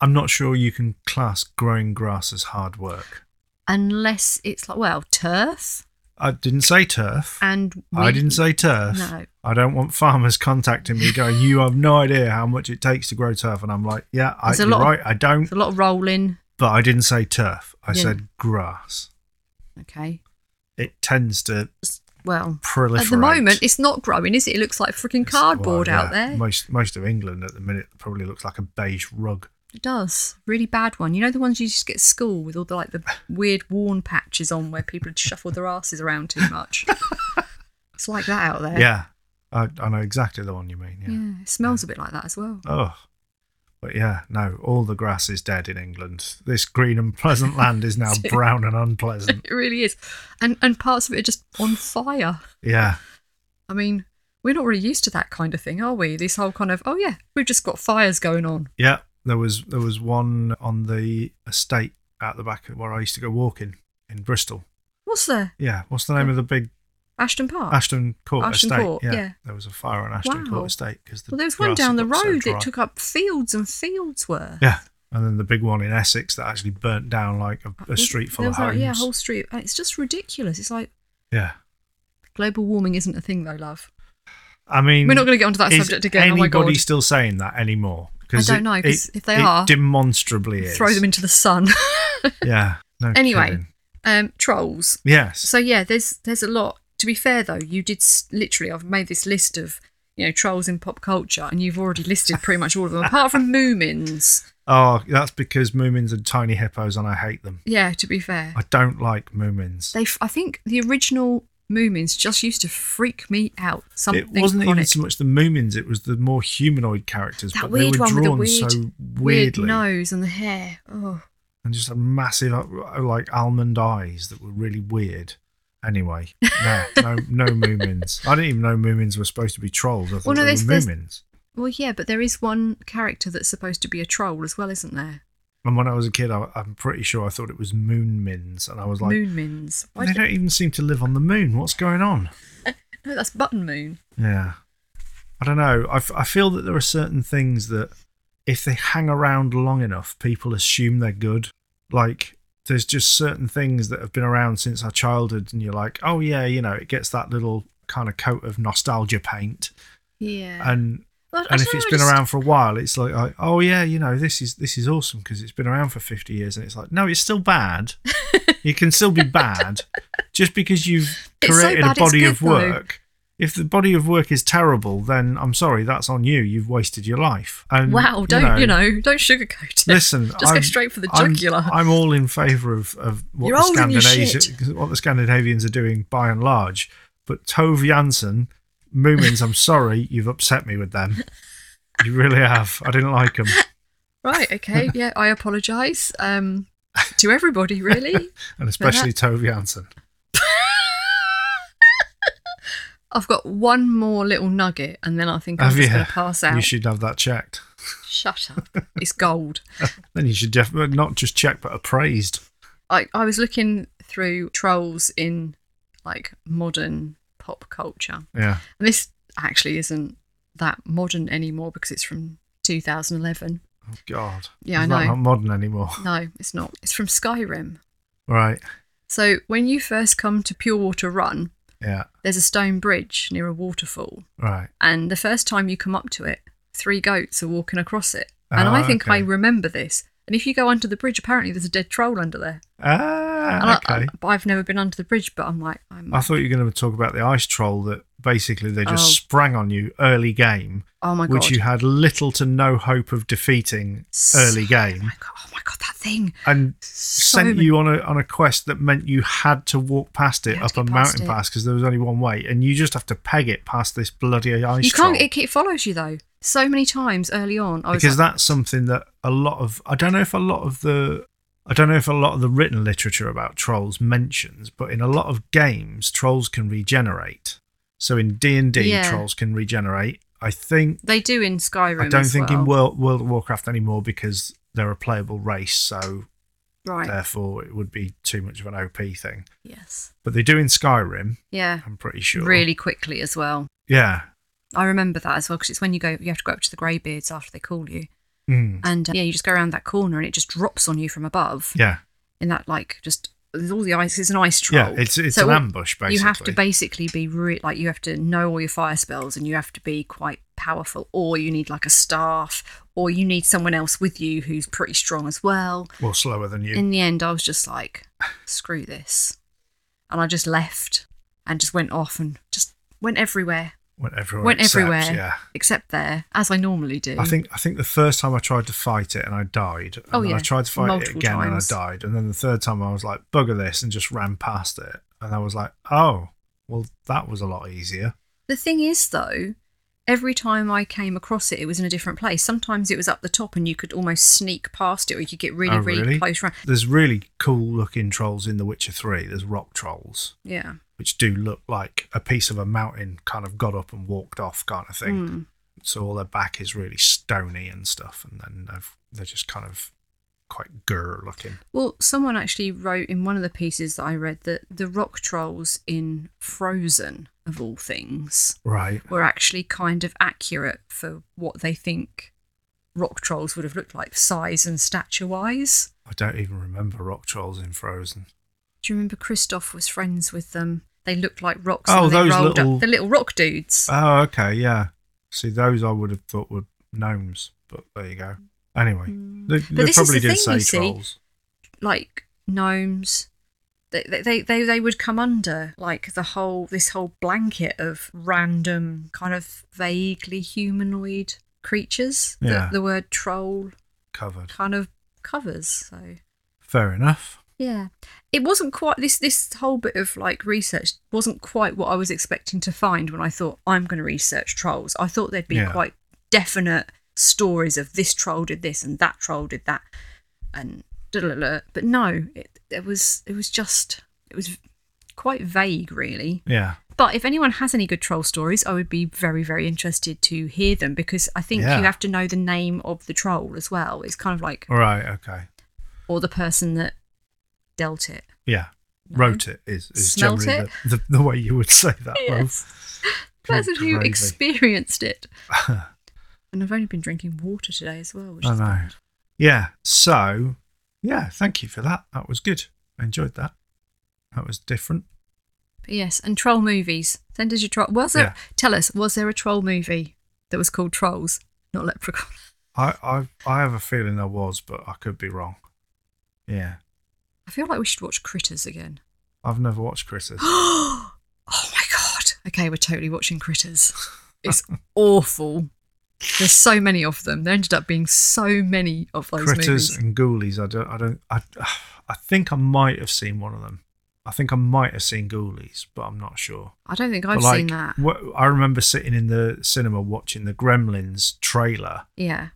Speaker 1: I'm not sure you can class growing grass as hard work.
Speaker 2: Unless it's like, well, turf
Speaker 1: I didn't say turf.
Speaker 2: and.
Speaker 1: I didn't
Speaker 2: weed.
Speaker 1: say turf.
Speaker 2: Uh, No.
Speaker 1: I don't want farmers contacting me going, you have no idea how much it takes to grow turf. And I'm like, yeah, I,
Speaker 2: There's a
Speaker 1: you're
Speaker 2: lot of-
Speaker 1: right, I don't.
Speaker 2: There's a lot of rolling.
Speaker 1: But I didn't say turf. I
Speaker 2: Yeah.
Speaker 1: said grass.
Speaker 2: Okay.
Speaker 1: It tends to
Speaker 2: well
Speaker 1: proliferate.
Speaker 2: at the moment it's not growing is it it looks like freaking
Speaker 1: It's- well,
Speaker 2: cardboard out
Speaker 1: yeah,
Speaker 2: there
Speaker 1: Most, most of England at the minute probably looks like a beige rug.
Speaker 2: it does really bad one you know the ones you just get at school with all the like the weird worn patches on where people had shuffled their asses around too much It's like that out there.
Speaker 1: Yeah, I, I know exactly the one you mean. Yeah.
Speaker 2: Yeah, It smells a bit like that as well.
Speaker 1: Oh, but yeah, no, all the grass is dead in England. This green and pleasant land is now brown and unpleasant.
Speaker 2: It really is. And and parts of it are just on fire.
Speaker 1: Yeah,
Speaker 2: I mean, we're not really used to that kind of thing, are we? This whole kind of, oh yeah, we've just got fires going on.
Speaker 1: yeah. There was there was one on the estate out the back of where I used to go walking in Bristol.
Speaker 2: What's there?
Speaker 1: Yeah, what's
Speaker 2: Oh.
Speaker 1: the name of the big
Speaker 2: Ashton Park.
Speaker 1: Ashton Court
Speaker 2: Ashton
Speaker 1: estate?
Speaker 2: Court, yeah.
Speaker 1: there was a fire on Ashton
Speaker 2: Wow.
Speaker 1: Court estate because the
Speaker 2: well, there was one
Speaker 1: grass
Speaker 2: down the
Speaker 1: had got so
Speaker 2: road
Speaker 1: dry.
Speaker 2: that took up fields and fields were.
Speaker 1: Yeah, and then the big one in Essex that actually burnt down like a, a street full
Speaker 2: There
Speaker 1: of
Speaker 2: Oh, was
Speaker 1: homes.
Speaker 2: like- yeah, a whole street. And It's just ridiculous. It's like
Speaker 1: Yeah.
Speaker 2: global warming isn't a thing, though, love.
Speaker 1: I mean,
Speaker 2: We're not gonna get onto that
Speaker 1: is
Speaker 2: subject again, oh my
Speaker 1: Anybody
Speaker 2: God.
Speaker 1: still saying that anymore?
Speaker 2: I don't know, 'cause if they are,
Speaker 1: demonstrably is.
Speaker 2: Throw them into the sun.
Speaker 1: Yeah. No
Speaker 2: Anyway.
Speaker 1: kidding.
Speaker 2: um, trolls.
Speaker 1: Yes.
Speaker 2: So yeah, there's there's a lot. To be fair though, you did s- literally. I've made this list of you know trolls in pop culture, and you've already listed pretty much all of them, apart from Moomins.
Speaker 1: Oh, that's because Moomins are tiny hippos, and I hate them.
Speaker 2: Yeah, to be fair,
Speaker 1: I don't like Moomins.
Speaker 2: they. f- I think the original Moomins just used to freak me out.
Speaker 1: It
Speaker 2: Something
Speaker 1: wasn't even
Speaker 2: chronic.
Speaker 1: so much the Moomins; it was the more humanoid characters,
Speaker 2: that
Speaker 1: but
Speaker 2: weird
Speaker 1: they were
Speaker 2: one with the
Speaker 1: drawn
Speaker 2: weird,
Speaker 1: so
Speaker 2: weird
Speaker 1: weirdly,
Speaker 2: nose and the hair. Oh,
Speaker 1: and just had massive, uh, like almond eyes that were really weird. Anyway, no, no, no Moomins. I didn't even know Moomins were supposed to be trolls. I thought
Speaker 2: no,
Speaker 1: they were
Speaker 2: there's- there's-
Speaker 1: Moomins.
Speaker 2: well, yeah, but there is one character that's supposed to be a troll as well, isn't there?
Speaker 1: And when I was a kid, I, I'm pretty sure I thought it was Moonmins, and I was like,
Speaker 2: Moonmins. Why
Speaker 1: they
Speaker 2: do-
Speaker 1: don't even seem to live on the moon. What's going on?
Speaker 2: no, that's Button Moon.
Speaker 1: Yeah. I don't know. I, f- I feel that there are certain things that if they hang around long enough, people assume they're good. Like, there's just certain things that have been around since our childhood, and you're like, oh, yeah, you know, it gets that little kind of coat of nostalgia paint.
Speaker 2: Yeah.
Speaker 1: And
Speaker 2: Well, I
Speaker 1: and if
Speaker 2: don't
Speaker 1: it's
Speaker 2: know, I
Speaker 1: been
Speaker 2: just-
Speaker 1: around for a while, it's like, like, oh, yeah, you know, this is this is awesome because it's been around for 50 years. And it's like, no, it's still bad. it can still be bad just because you've
Speaker 2: It's so
Speaker 1: created
Speaker 2: bad
Speaker 1: a
Speaker 2: it's
Speaker 1: body
Speaker 2: good,
Speaker 1: of
Speaker 2: though.
Speaker 1: work. If the body of work is terrible, then I'm sorry, that's on you. You've wasted your life. And,
Speaker 2: Wow, don't you know, don't sugarcoat it.
Speaker 1: Listen,
Speaker 2: just go
Speaker 1: I'm-
Speaker 2: straight for the
Speaker 1: I'm-
Speaker 2: jugular.
Speaker 1: I'm, all in favour of, of what,
Speaker 2: You're
Speaker 1: the
Speaker 2: old and you're
Speaker 1: Scandinavians, what the Scandinavians are doing by and large, but Tove Jansson, Moomins, I'm sorry, you've upset me with them. You really have. I didn't like them.
Speaker 2: right, okay, yeah, I apologise um, to everybody, really.
Speaker 1: and especially Tove Jansson.
Speaker 2: I've got one more little nugget, and then I think I'm
Speaker 1: Have
Speaker 2: just
Speaker 1: you?
Speaker 2: going to pass
Speaker 1: You
Speaker 2: out.
Speaker 1: should have that checked.
Speaker 2: Shut up, it's gold.
Speaker 1: Then you should def- well, not just check, but appraised.
Speaker 2: I, I was looking through trolls in like modern pop culture,
Speaker 1: Yeah.
Speaker 2: and this actually isn't that modern anymore because it's from 2011.
Speaker 1: Oh God.
Speaker 2: Yeah, I
Speaker 1: Is that
Speaker 2: know.
Speaker 1: Not modern anymore.
Speaker 2: No, it's not. It's from Skyrim.
Speaker 1: Right.
Speaker 2: So when you first come to Pure Water Run,
Speaker 1: Yeah.
Speaker 2: there's a stone bridge near a waterfall.
Speaker 1: Right.
Speaker 2: And the first time you come up to it, three goats are walking across it. And
Speaker 1: Oh,
Speaker 2: I think I
Speaker 1: okay.
Speaker 2: remember this. And if you go under the bridge, apparently there's a dead troll under there. And
Speaker 1: Ah.
Speaker 2: I,
Speaker 1: Okay.
Speaker 2: I, I've never been under the bridge, but I'm like, I'm,
Speaker 1: I thought you were going to talk about the ice troll that basically they just
Speaker 2: Oh.
Speaker 1: sprang on you early game,
Speaker 2: oh my god.
Speaker 1: which you had little to no hope of defeating
Speaker 2: So-
Speaker 1: early
Speaker 2: Oh
Speaker 1: game,
Speaker 2: my god, oh my god, that thing.
Speaker 1: and
Speaker 2: So
Speaker 1: sent
Speaker 2: many-
Speaker 1: you on a on a quest that meant you had to walk past it
Speaker 2: You had
Speaker 1: up
Speaker 2: to
Speaker 1: a
Speaker 2: get past
Speaker 1: mountain
Speaker 2: it.
Speaker 1: pass because there was only one way, and you just have to peg it past this bloody ice
Speaker 2: You
Speaker 1: troll.
Speaker 2: can't, it, it follows you though. So many times early on, I was
Speaker 1: because
Speaker 2: like,
Speaker 1: that's something that a lot of I don't know if a lot of the I don't know if a lot of the written literature about trolls mentions, but in a lot of games, trolls can regenerate. So in D and D,
Speaker 2: Yeah.
Speaker 1: trolls can regenerate. I think
Speaker 2: they do in Skyrim.
Speaker 1: I don't
Speaker 2: as
Speaker 1: think
Speaker 2: well.
Speaker 1: in World World of Warcraft anymore because they're a playable race, so
Speaker 2: Right.
Speaker 1: uh, therefore it would be too much of an OP thing.
Speaker 2: Yes.
Speaker 1: But they do in Skyrim,
Speaker 2: Yeah.
Speaker 1: I'm pretty sure.
Speaker 2: Really quickly as well.
Speaker 1: Yeah.
Speaker 2: I remember that as well because it's when you go, you have to go up to the greybeards after they call you,
Speaker 1: Mm.
Speaker 2: and uh, yeah, you just go around that corner and it just drops on you from above
Speaker 1: Yeah.
Speaker 2: in that like just there's all the ice. It's an ice troll.
Speaker 1: Yeah. It's it's
Speaker 2: So
Speaker 1: an
Speaker 2: all-
Speaker 1: ambush basically.
Speaker 2: You have to basically be re- like you have to know all your fire spells and you have to be quite powerful, or you need like a staff, or you need someone else with you who's pretty strong as well.
Speaker 1: well slower than you.
Speaker 2: In the end, I was just like, screw this, and I just left and just went off and just went everywhere
Speaker 1: went everywhere.
Speaker 2: went
Speaker 1: except-
Speaker 2: everywhere
Speaker 1: Yeah.
Speaker 2: except there, as I normally do.
Speaker 1: I think I think the first time I tried to fight it and I died. And
Speaker 2: Mm. Oh,
Speaker 1: then I
Speaker 2: yeah.
Speaker 1: tried to fight it
Speaker 2: Multiple
Speaker 1: again
Speaker 2: times.
Speaker 1: and I died. And then the third time I was like, bugger this and just ran past it. And I was like, oh, well, that was a lot easier.
Speaker 2: The thing is, though, every time I came across it, it was in a different place. Sometimes it was up the top and you could almost sneak past it or you could get really,
Speaker 1: Oh,
Speaker 2: really,
Speaker 1: really?
Speaker 2: close round.
Speaker 1: There's really cool looking trolls in The Witcher 3. There's rock trolls,
Speaker 2: Yeah.
Speaker 1: which do look like a piece of a mountain kind of got up and walked off kind of thing.
Speaker 2: Mm.
Speaker 1: So all their back is really stony and stuff. And then they've, they're just kind of quite grr looking.
Speaker 2: Well, someone actually wrote in one of the pieces that I read that the rock trolls in Frozen, of all things,
Speaker 1: Right.
Speaker 2: were actually kind of accurate for what they think rock trolls would have looked like, size and stature wise.
Speaker 1: I don't even remember rock trolls in Frozen.
Speaker 2: Do you remember Kristoff was friends with them? They looked like rocks.
Speaker 1: Oh,
Speaker 2: and they
Speaker 1: those
Speaker 2: rolled
Speaker 1: little-
Speaker 2: up. the little rock dudes.
Speaker 1: Oh, okay, yeah. See, those I would have thought were gnomes, but there you go. Anyway, they, they
Speaker 2: Mm. this is
Speaker 1: probably
Speaker 2: the
Speaker 1: did
Speaker 2: thing,
Speaker 1: say
Speaker 2: you see.
Speaker 1: trolls.
Speaker 2: like gnomes. They, they- they, they, they would come under like the whole this whole blanket of random kind of vaguely humanoid creatures
Speaker 1: Yeah.
Speaker 2: that the word troll
Speaker 1: Covered.
Speaker 2: kind of covers. So
Speaker 1: Fair enough.
Speaker 2: yeah, it wasn't quite this this whole bit of like research wasn't quite what I was expecting to find when I thought I'm going to research trolls. I thought there'd be
Speaker 1: Yeah.
Speaker 2: quite definite stories of this troll did this and that troll did that and da da da. But no, it, it was it was just it was quite vague really.
Speaker 1: Yeah.
Speaker 2: But if anyone has any good troll stories, I would be very, very interested to hear them because I think
Speaker 1: Yeah.
Speaker 2: you have to know the name of the troll as well. It's kind of like
Speaker 1: All right, okay.
Speaker 2: or the person that dealt it.
Speaker 1: Yeah. Wrote it is, is
Speaker 2: Smelt
Speaker 1: generally The, the, the way you would say that.
Speaker 2: Yes.
Speaker 1: Well,
Speaker 2: person who
Speaker 1: gravy.
Speaker 2: experienced it.
Speaker 1: I
Speaker 2: And I've only been drinking water today as well. Which is
Speaker 1: know. Yeah. So, yeah, thank you for that. That was good. I enjoyed that. That was different.
Speaker 2: But yes, and troll movies. Send us your troll. Was there?
Speaker 1: Yeah.
Speaker 2: Tell us, was there a troll movie that was called Trolls, not Leprechaun?
Speaker 1: I, I, I have a feeling there was, but I could be wrong. Yeah.
Speaker 2: I feel like we should watch Critters again.
Speaker 1: I've never watched Critters.
Speaker 2: oh my god! Okay, we're totally watching Critters. It's awful. There's so many of them. There ended up being so many of those
Speaker 1: Critters
Speaker 2: movies.
Speaker 1: and Ghoulies. I don't. I don't. I, I think I might have seen one of them. I think I might have seen Ghoulies, but I'm not sure.
Speaker 2: I don't think
Speaker 1: But,
Speaker 2: I've
Speaker 1: like,
Speaker 2: seen that.
Speaker 1: wh- I remember sitting in the cinema watching the Gremlins trailer,
Speaker 2: Yeah.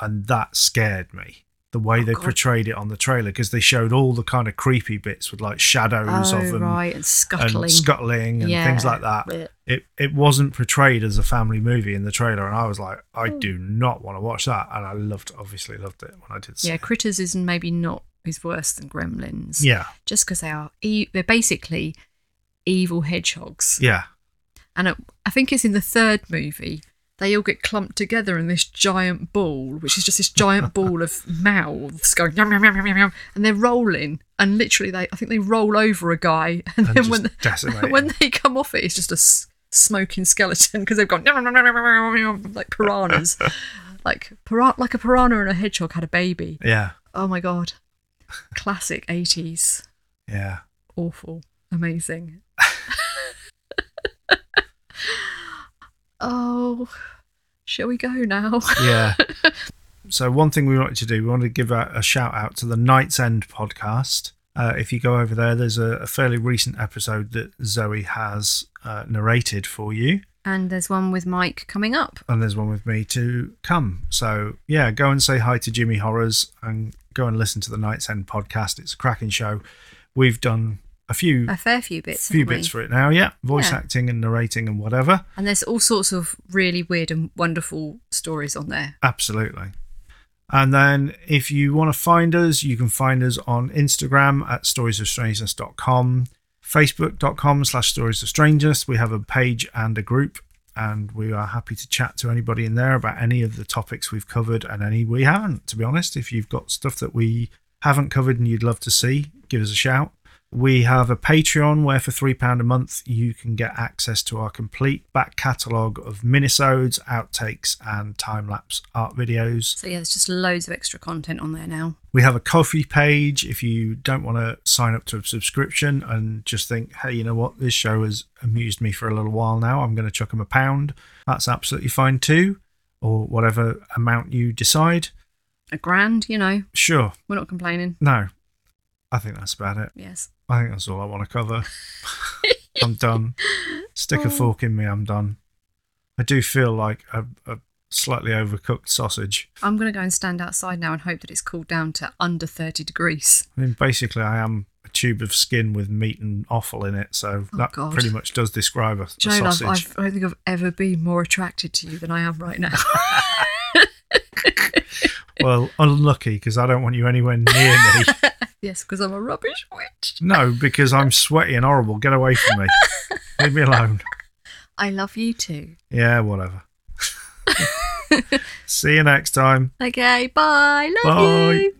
Speaker 1: and that scared me. The way
Speaker 2: Oh,
Speaker 1: they
Speaker 2: God.
Speaker 1: portrayed it on the trailer, because they showed all the kind of creepy bits with like shadows of
Speaker 2: Oh
Speaker 1: them
Speaker 2: right, and scuttling.
Speaker 1: and scuttling and
Speaker 2: Yeah.
Speaker 1: things like that.
Speaker 2: Blech.
Speaker 1: It it wasn't portrayed as a family movie in the trailer, and I was like, I
Speaker 2: Oh.
Speaker 1: do not want to watch that. And I loved, obviously loved it when I did see
Speaker 2: Yeah,
Speaker 1: it.
Speaker 2: Critters is maybe not is worse than Gremlins.
Speaker 1: Yeah,
Speaker 2: just because they are e- they're basically evil hedgehogs.
Speaker 1: yeah.
Speaker 2: And it, I think it's in the third movie they all get clumped together in this giant ball, which is just this giant ball of mouths going yum yum yum yum yum, yum and they're rolling. And literally, they I think they roll over a guy, and,
Speaker 1: And
Speaker 2: then when
Speaker 1: just decimate him.
Speaker 2: when they come off it, it's just a s- smoking skeleton because they've gone yum, yum, yum, yum, yum, yum, yum, yum, like piranhas, like piran- like a piranha and a hedgehog had a baby.
Speaker 1: Yeah,
Speaker 2: Oh my god. Classic 80s.
Speaker 1: yeah.
Speaker 2: Awful. Amazing. oh, shall we go now?
Speaker 1: Yeah. so one thing we wanted to do, we wanted to give a, a shout out to the Night's End podcast. Uh, if you go over there, there's a, a fairly recent episode that Zoe has uh, narrated for you,
Speaker 2: And there's one with Mike coming up.
Speaker 1: and there's one with me to come. So yeah, go and say hi to Jimmy Horrors and go and listen to the Night's End podcast. It's a cracking show. We've done a few
Speaker 2: A fair few bits.
Speaker 1: few
Speaker 2: haven't
Speaker 1: bits
Speaker 2: we?
Speaker 1: for it now. Yeah, voice
Speaker 2: Yeah.
Speaker 1: acting and narrating and whatever.
Speaker 2: And there's all sorts of really weird and wonderful stories on there.
Speaker 1: Absolutely. And then if you want to find us, you can find us on Instagram at storiesofstrangeness.com, facebook.com slash stories of strangeness. We have a page and a group, and we are happy to chat to anybody in there about any of the topics we've covered and any we haven't, to be honest. If you've got stuff that we haven't covered and you'd love to see, give us a shout. We have a Patreon where for £3 a month you can get access to our complete back catalogue of minisodes, outtakes, and time lapse art videos.
Speaker 2: So, yeah, there's just loads of extra content on there now.
Speaker 1: We have a coffee page if you don't want to sign up to a subscription and just think, hey, you know what, this show has amused me for a little while now. I'm going to chuck them a pound. That's absolutely fine too, or whatever amount you decide.
Speaker 2: A grand, you know,
Speaker 1: Sure,
Speaker 2: we're not complaining.
Speaker 1: no, I think that's about it.
Speaker 2: Yes.
Speaker 1: I think that's all I want to cover. I'm done. Stick a fork in me. I'm done. I do feel like a, a slightly overcooked sausage.
Speaker 2: I'm going to go and stand outside now and hope that it's cooled down to under 30 degrees.
Speaker 1: I mean, basically, I am a tube of skin with meat and offal in it. So
Speaker 2: Oh,
Speaker 1: that
Speaker 2: God.
Speaker 1: pretty much does describe a, a
Speaker 2: Joan, I've,
Speaker 1: sausage.
Speaker 2: I've, I don't think I've ever been more attracted to you than I am right now.
Speaker 1: Well, unlucky because I don't want you anywhere near me.
Speaker 2: yes, because I'm a rubbish witch.
Speaker 1: No, because I'm sweaty and horrible. Get away from me. Leave me alone.
Speaker 2: I love you too.
Speaker 1: Yeah, whatever. See you next time.
Speaker 2: Okay, bye. Love
Speaker 1: Bye.
Speaker 2: you.